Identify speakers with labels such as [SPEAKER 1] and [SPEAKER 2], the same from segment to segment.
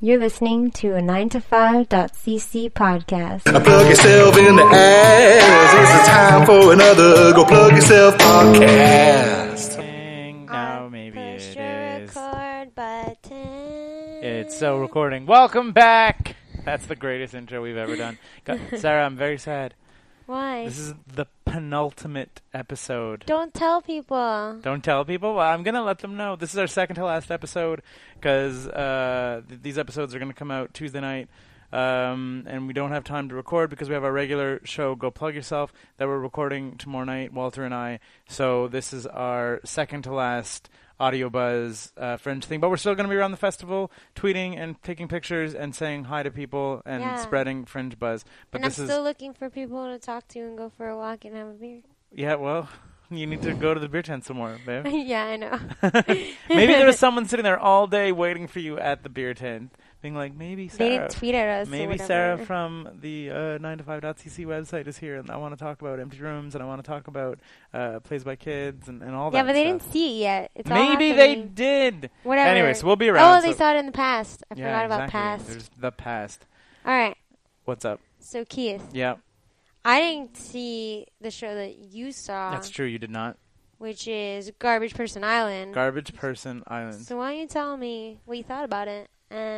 [SPEAKER 1] You're listening to a 9to5.cc podcast.
[SPEAKER 2] Plug yourself in the ass. It's the time for another Go Plug Yourself podcast.
[SPEAKER 3] Thing. Now maybe it is.
[SPEAKER 1] record button.
[SPEAKER 3] It's so recording. Welcome back. That's the greatest intro we've ever done. God, Sarah, I'm very sad.
[SPEAKER 1] Why?
[SPEAKER 3] This is the penultimate episode.
[SPEAKER 1] Don't tell people.
[SPEAKER 3] Don't tell people. Well, I'm gonna let them know. This is our second to last episode because uh, th- these episodes are gonna come out Tuesday night, um, and we don't have time to record because we have our regular show. Go plug yourself that we're recording tomorrow night. Walter and I. So this is our second to last audio buzz uh, fringe thing. But we're still gonna be around the festival, tweeting and taking pictures and saying hi to people and
[SPEAKER 1] Yeah.
[SPEAKER 3] spreading fringe buzz. But
[SPEAKER 1] and I'm
[SPEAKER 3] this is
[SPEAKER 1] still looking for people to talk to and go for a walk and have a beer.
[SPEAKER 3] yeah. Well, you need to go to the beer tent somewhere, babe.
[SPEAKER 1] yeah, I know.
[SPEAKER 3] maybe there was someone sitting there all day waiting for you at the beer tent, being like, maybe
[SPEAKER 1] They
[SPEAKER 3] Sarah,
[SPEAKER 1] didn't tweet at us. or
[SPEAKER 3] maybe
[SPEAKER 1] whatever.
[SPEAKER 3] Sarah from the uh, 9 to 5.cc website is here, and I want to talk about empty rooms, and I want to talk about uh, plays by kids, and, and all
[SPEAKER 1] Yeah,
[SPEAKER 3] that.
[SPEAKER 1] but they
[SPEAKER 3] stuff.
[SPEAKER 1] didn't see it yet. It's all
[SPEAKER 3] Maybe they
[SPEAKER 1] happening.
[SPEAKER 3] did.
[SPEAKER 1] Whatever.
[SPEAKER 3] Anyway, so we'll be around.
[SPEAKER 1] Oh, they
[SPEAKER 3] so-
[SPEAKER 1] saw it in the past. I
[SPEAKER 3] yeah,
[SPEAKER 1] forgot about
[SPEAKER 3] exactly.
[SPEAKER 1] past.
[SPEAKER 3] There's the past.
[SPEAKER 1] All right.
[SPEAKER 3] What's up?
[SPEAKER 1] So Keith,
[SPEAKER 3] Yeah,
[SPEAKER 1] I didn't see the show that you saw,
[SPEAKER 3] that's true. You did not.
[SPEAKER 1] which is Garbage Person Island.
[SPEAKER 3] Garbage Person Island.
[SPEAKER 1] So why don't you tell me what you thought about it?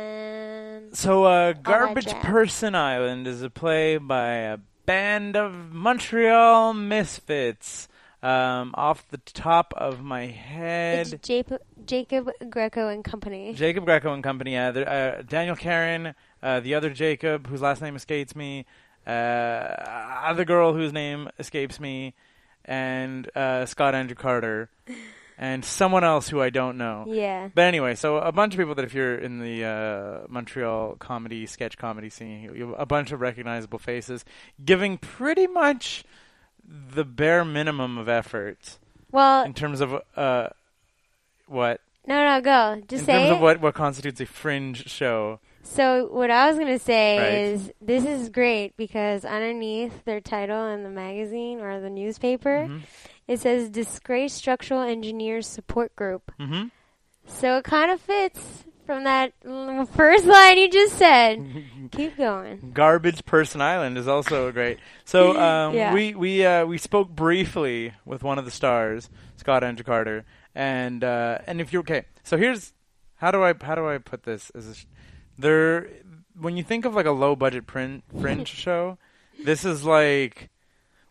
[SPEAKER 1] And
[SPEAKER 3] So, uh, Garbage
[SPEAKER 1] jazz.
[SPEAKER 3] Person Island is a play by a band of Montreal misfits. Um, off the top of my
[SPEAKER 1] it's
[SPEAKER 3] head,
[SPEAKER 1] Jacob, Jacob Greco and Company.
[SPEAKER 3] Jacob Greco and company. Yeah, there- uh, Daniel Karen, uh, the other Jacob, whose last name escapes me, uh, other girl whose name escapes me, and uh, Scott Andrew Carter, and someone else who I don't know.
[SPEAKER 1] yeah.
[SPEAKER 3] But anyway, so a bunch of people that if you're in the uh, Montreal comedy sketch comedy scene, you- you have a bunch of recognizable faces giving pretty much the bare minimum of effort
[SPEAKER 1] Well,
[SPEAKER 3] in terms of uh, what
[SPEAKER 1] no, no, go. Just
[SPEAKER 3] in
[SPEAKER 1] say
[SPEAKER 3] terms of
[SPEAKER 1] it.
[SPEAKER 3] what what constitutes a fringe show.
[SPEAKER 1] So what I was gonna say
[SPEAKER 3] Right.
[SPEAKER 1] is this is great because underneath their title in the magazine or the newspaper,
[SPEAKER 3] Mm-hmm.
[SPEAKER 1] it says "Disgraced Structural Engineers Support Group."
[SPEAKER 3] Mhm.
[SPEAKER 1] So it kind of fits from that l- first line you just said. Keep going.
[SPEAKER 3] Garbage Person Island is also great. So um,
[SPEAKER 1] Yeah.
[SPEAKER 3] we we uh, we spoke briefly with one of the stars, Scott Andrew Carter, and uh, and if you're okay, so here's how do I how do I put this? Is this, there when you think of like a low budget print fringe show, this is like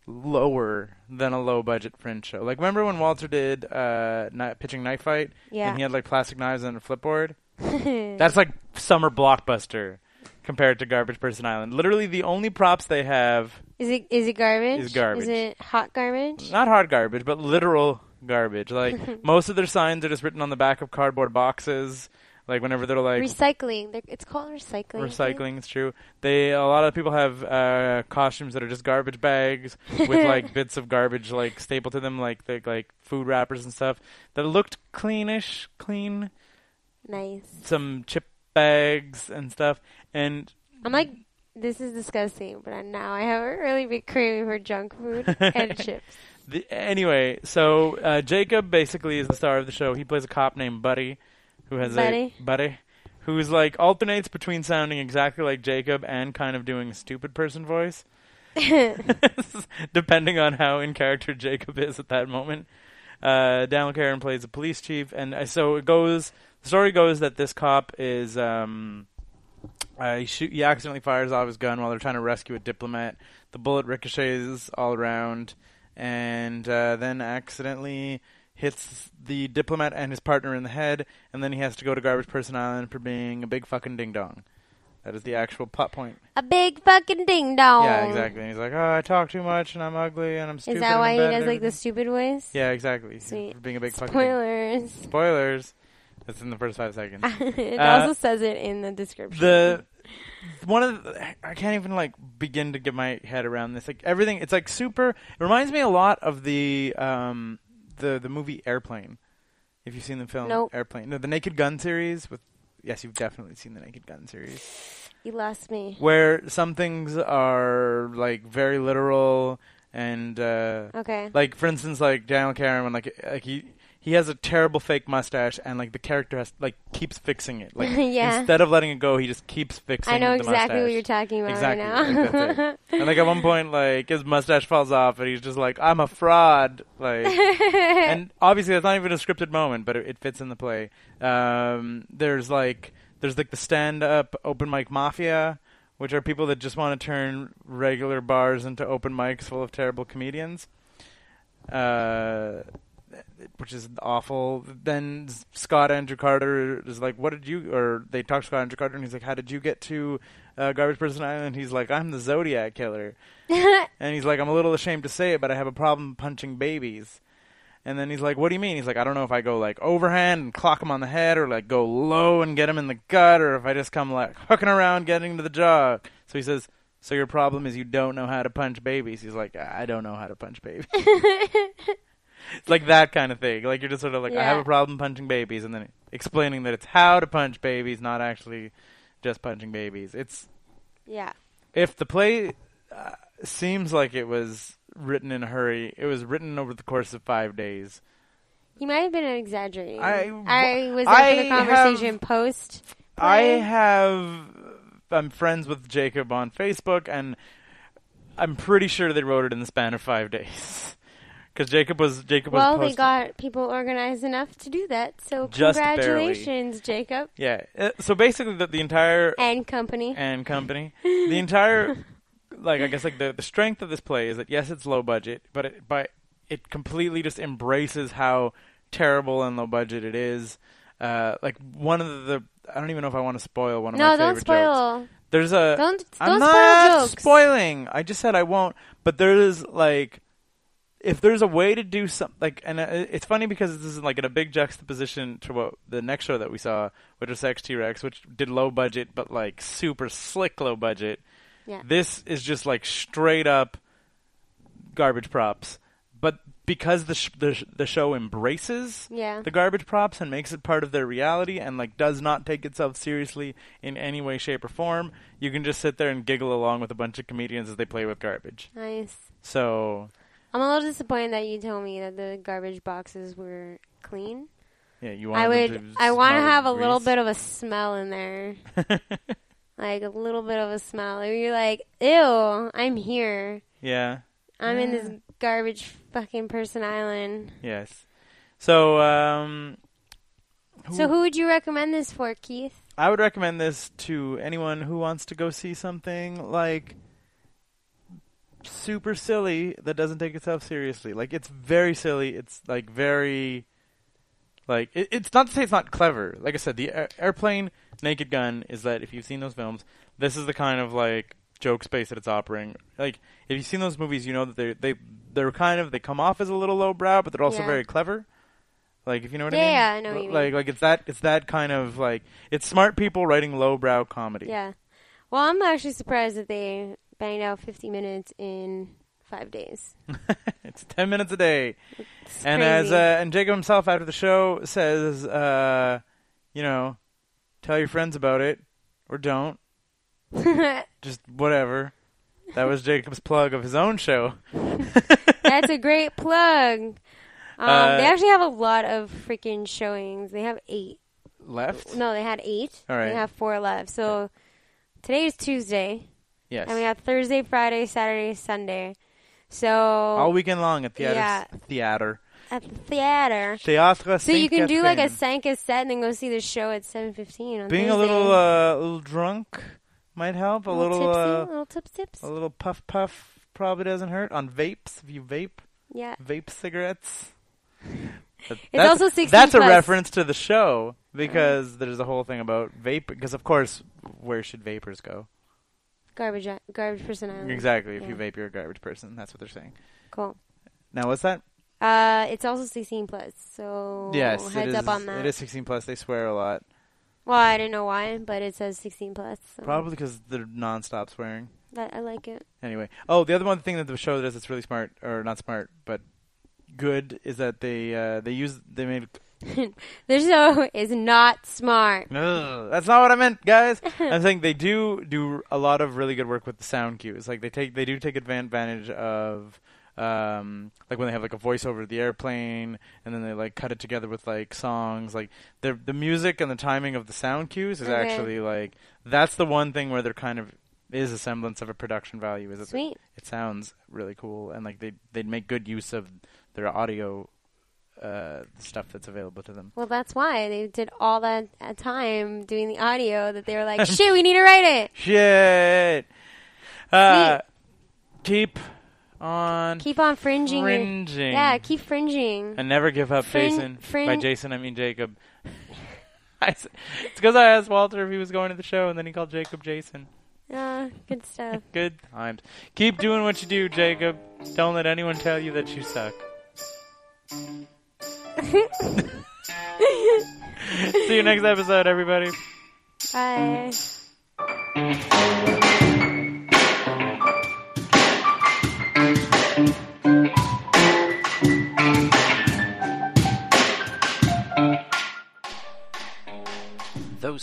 [SPEAKER 3] lower than a low budget fringe show. Like remember when Walter did uh, ni- pitching knife fight,
[SPEAKER 1] Yeah.
[SPEAKER 3] and he had like plastic knives and a flipboard. That's like summer blockbuster compared to Garbage Person Island. Literally, the only props they have
[SPEAKER 1] Is it is it garbage?
[SPEAKER 3] Is garbage.
[SPEAKER 1] Is it hot garbage?
[SPEAKER 3] not hard garbage, but literal garbage. Like most of their signs are just written on the back of cardboard boxes. Like whenever they're like
[SPEAKER 1] recycling. They're- It's called recycling. I think.
[SPEAKER 3] recycling, it's true. They a lot of people have uh, costumes that are just garbage bags with like bits of garbage like stapled to them, like the, like food wrappers and stuff that looked cleanish, clean.
[SPEAKER 1] Nice.
[SPEAKER 3] Some chip bags and stuff, and
[SPEAKER 1] I'm like, this is disgusting, but I, now I have a really big craving for junk food and chips.
[SPEAKER 3] The, anyway, so uh, Jacob basically is the star of the show. He plays a cop named Buddy, who has
[SPEAKER 1] Buddy.
[SPEAKER 3] a Buddy, who's like alternates between sounding exactly like Jacob and kind of doing a stupid person voice, depending on how in character Jacob is at that moment. Uh, Daniel Karen plays a police chief, and uh, so it goes. The story goes that this cop is. Um, uh, he, shoot, he accidentally fires off his gun while they're trying to rescue a diplomat. The bullet ricochets all around and uh, then accidentally hits the diplomat and his partner in the head. And then he has to go to Garbage Person Island for being a big fucking ding dong. That is the actual plot point.
[SPEAKER 1] A big fucking ding dong.
[SPEAKER 3] Yeah, exactly. And he's like, oh, I talk too much and I'm ugly and I'm
[SPEAKER 1] Oh.
[SPEAKER 3] stupid.
[SPEAKER 1] Is that
[SPEAKER 3] and
[SPEAKER 1] why
[SPEAKER 3] I'm
[SPEAKER 1] he
[SPEAKER 3] bad at
[SPEAKER 1] does like
[SPEAKER 3] everything."
[SPEAKER 1] the stupid voice?
[SPEAKER 3] Yeah, exactly.
[SPEAKER 1] Sweet.
[SPEAKER 3] Being a big fucking ding-
[SPEAKER 1] Spoilers.
[SPEAKER 3] Spoilers. That's in the first five seconds.
[SPEAKER 1] it
[SPEAKER 3] Uh,
[SPEAKER 1] also says it in the description.
[SPEAKER 3] the one of the, I can't even like begin to get my head around this. Like everything, it's like super. It reminds me a lot of the um the the movie Airplane. If you've seen the film
[SPEAKER 1] Nope.
[SPEAKER 3] Airplane, no, the Naked Gun series with. Yes, you've definitely seen the Naked Gun series,
[SPEAKER 1] you lost me.
[SPEAKER 3] where some things are like very literal and uh,
[SPEAKER 1] Okay.
[SPEAKER 3] like for instance, like Daniel Karen, when like like he. he has a terrible fake mustache, and like the character has like keeps fixing it. Like
[SPEAKER 1] Yeah.
[SPEAKER 3] instead of letting it go, he just keeps fixing.
[SPEAKER 1] I know
[SPEAKER 3] the
[SPEAKER 1] exactly what
[SPEAKER 3] mustache.
[SPEAKER 1] you're talking about
[SPEAKER 3] Exactly.
[SPEAKER 1] right
[SPEAKER 3] like,
[SPEAKER 1] now.
[SPEAKER 3] that's it. and like at one point, like his mustache falls off, and he's just like, "I'm a fraud." Like, and obviously that's not even a scripted moment, but it, it fits in the play. Um, there's like there's like the stand-up open mic mafia, which are people that just want to turn regular bars into open mics full of terrible comedians. Uh, which is awful. Then Scott Andrew Carter is like, "What did you?" Or they talk to Scott Andrew Carter, and he's like, "How did you get to uh, Garbage Person Island?" He's like, "I'm the Zodiac killer," and he's like, "I'm a little ashamed to say it, but I have a problem punching babies." And then he's like, "What do you mean?" He's like, "I don't know if I go like overhand and clock him on the head, or like go low and get him in the gut, or if I just come like hooking around, getting to the jaw." So he says, "So your problem is you don't know how to punch babies." He's like, "I don't know how to punch babies." It's like that kind of thing. Like you're just sort of like, I have
[SPEAKER 1] Yeah.
[SPEAKER 3] a problem punching babies, and then explaining that it's how to punch babies, not actually just punching babies. It's
[SPEAKER 1] yeah.
[SPEAKER 3] if the play uh, seems like it was written in a hurry, it was written over the course of five days.
[SPEAKER 1] You might have been exaggerating.
[SPEAKER 3] I-
[SPEAKER 1] I, was there for the
[SPEAKER 3] I have-
[SPEAKER 1] conversation post.
[SPEAKER 3] I
[SPEAKER 1] play.
[SPEAKER 3] have. I'm friends with Jacob on Facebook, and I'm pretty sure they wrote it in the span of five days. Because Jacob was Jacob
[SPEAKER 1] Well,
[SPEAKER 3] was
[SPEAKER 1] they
[SPEAKER 3] posting-
[SPEAKER 1] got people organized enough to do that. So
[SPEAKER 3] Just barely.
[SPEAKER 1] congratulations, Jacob
[SPEAKER 3] yeah. Uh, So basically, the, the entire
[SPEAKER 1] and company.
[SPEAKER 3] and company. The entire, like I guess, like the, the strength of this play is that yes, it's low budget, but it but it completely just embraces how terrible and low budget it is. Uh, like one of the, I don't even know if I want to spoil one of my
[SPEAKER 1] No,
[SPEAKER 3] favorite
[SPEAKER 1] don't spoil.
[SPEAKER 3] jokes. There's a
[SPEAKER 1] Don't-
[SPEAKER 3] I'm
[SPEAKER 1] don't spoil
[SPEAKER 3] not
[SPEAKER 1] jokes.
[SPEAKER 3] spoiling. I just said I won't. But there is like if there's a way to do something like and uh, it's funny because this is like in a big juxtaposition to what the next show that we saw which was sex t-rex which did low budget but like super slick low budget
[SPEAKER 1] Yeah.
[SPEAKER 3] this is just like straight up garbage props but because the sh- the, sh- the show embraces
[SPEAKER 1] Yeah.
[SPEAKER 3] the garbage props and makes it part of their reality and like does not take itself seriously in any way shape or form you can just sit there and giggle along with a bunch of comedians as they play with garbage
[SPEAKER 1] Nice.
[SPEAKER 3] so
[SPEAKER 1] I'm a little disappointed that you told me that the garbage boxes were clean.
[SPEAKER 3] yeah you want
[SPEAKER 1] I would. I want to have a little
[SPEAKER 3] bit.
[SPEAKER 1] bit of a smell in there, like a little bit of a smell. Like, You're like, ew, I'm here.
[SPEAKER 3] yeah.
[SPEAKER 1] I'm in this garbage fucking person island.
[SPEAKER 3] Yes. So um,
[SPEAKER 1] So who would you recommend this for, Keith?
[SPEAKER 3] I would recommend this to anyone who wants to go see something like super silly that doesn't take itself seriously. Like it's very silly. It's like very like it, it's not to say it's not clever. Like I said, the air, airplane Naked Gun is that if you've seen those films, this is the kind of like joke space that it's operating. Like if you've seen those movies, you know that they they they're kind of they come off as a little lowbrow, but they're also
[SPEAKER 1] Yeah.
[SPEAKER 3] very clever. Like if you know what
[SPEAKER 1] Yeah, yeah,
[SPEAKER 3] I
[SPEAKER 1] I
[SPEAKER 3] mean.
[SPEAKER 1] know what you
[SPEAKER 3] like
[SPEAKER 1] mean.
[SPEAKER 3] like it's that it's that kind of like it's smart people writing lowbrow comedy.
[SPEAKER 1] Yeah. Well, I'm actually surprised that they banged out 50 minutes in five days.
[SPEAKER 3] it's ten minutes a day.
[SPEAKER 1] It's
[SPEAKER 3] and as
[SPEAKER 1] crazy.
[SPEAKER 3] uh, and Jacob himself after the show says, uh, you know, tell your friends about it or don't. Just whatever. That was Jacob's plug of his own show.
[SPEAKER 1] That's a great plug. Um,
[SPEAKER 3] Uh,
[SPEAKER 1] they actually have a lot of freaking showings. They have eight.
[SPEAKER 3] Left.
[SPEAKER 1] No, they had eight.
[SPEAKER 3] All right.
[SPEAKER 1] They have four left. So today is Tuesday,
[SPEAKER 3] Yes.
[SPEAKER 1] and we have Thursday, Friday, Saturday, Sunday. So
[SPEAKER 3] all weekend long at theater.
[SPEAKER 1] Yeah.
[SPEAKER 3] Theater.
[SPEAKER 1] at the theater.
[SPEAKER 3] Theatre.
[SPEAKER 1] So you can do like a Sanka set and then go see the show at 7:15 on
[SPEAKER 3] being
[SPEAKER 1] Thursday.
[SPEAKER 3] a little uh, a little drunk might help. A little
[SPEAKER 1] tipsy,
[SPEAKER 3] uh,
[SPEAKER 1] little tips tips.
[SPEAKER 3] a little puff puff probably doesn't hurt on vapes if you vape.
[SPEAKER 1] Yeah.
[SPEAKER 3] vape cigarettes. That-
[SPEAKER 1] also 16
[SPEAKER 3] That's a
[SPEAKER 1] plus.
[SPEAKER 3] reference to the show because there's a whole thing about vape. Because of course, where should vapors go?
[SPEAKER 1] Garbage garbage person island.
[SPEAKER 3] Exactly. If you
[SPEAKER 1] Yeah.
[SPEAKER 3] vape, you're a garbage person. That's what they're saying.
[SPEAKER 1] Cool.
[SPEAKER 3] Now, what's that?
[SPEAKER 1] Uh, it's also 16 plus, so
[SPEAKER 3] yes, it
[SPEAKER 1] heads
[SPEAKER 3] is.
[SPEAKER 1] up on that.
[SPEAKER 3] It is 16 plus. They swear a lot,
[SPEAKER 1] Well, I don't know why, but it says 16 plus. So
[SPEAKER 3] probably because they're nonstop swearing.
[SPEAKER 1] That, I like it.
[SPEAKER 3] Anyway, oh, the other one thing that the show does that's really smart, or not smart, but good, is that they uh, they use they made
[SPEAKER 1] The show is not smart.
[SPEAKER 3] No, that's not what I meant, guys. I'm saying they do do a lot of really good work with the sound cues. Like they take they do take advan- advantage of um, like when they have like a voiceover of the airplane, and then they like cut it together with like songs. Like the the music and the timing of the sound cues is
[SPEAKER 1] Okay.
[SPEAKER 3] actually like that's the one thing where there kind of is a semblance of a production value. Is it?
[SPEAKER 1] Sweet.
[SPEAKER 3] It sounds really cool, and like they they'd make good use of their audio uh, stuff that's available to them.
[SPEAKER 1] Well, that's why they did all that uh, time doing the audio that they were like, shit, we need to write it.
[SPEAKER 3] Shit. Uh, keep on
[SPEAKER 1] Keep on fringing. your-
[SPEAKER 3] Fringing.
[SPEAKER 1] Yeah, keep fringing.
[SPEAKER 3] and never give up,
[SPEAKER 1] Frin-
[SPEAKER 3] Jason.
[SPEAKER 1] frin-
[SPEAKER 3] By Jason, I mean Jacob. I s- it's because I asked Walter if he was going to the show, and then he called Jacob Jason.
[SPEAKER 1] Ah, good stuff.
[SPEAKER 3] Good times. Keep doing what you do, Jacob. Don't let anyone tell you that you suck. See you next episode, everybody.
[SPEAKER 1] Bye.
[SPEAKER 4] Those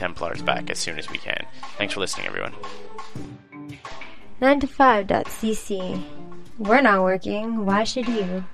[SPEAKER 4] Templars back as soon as we can. Thanks for listening, everyone.
[SPEAKER 5] 9to5.cc. We're not working. Why should you?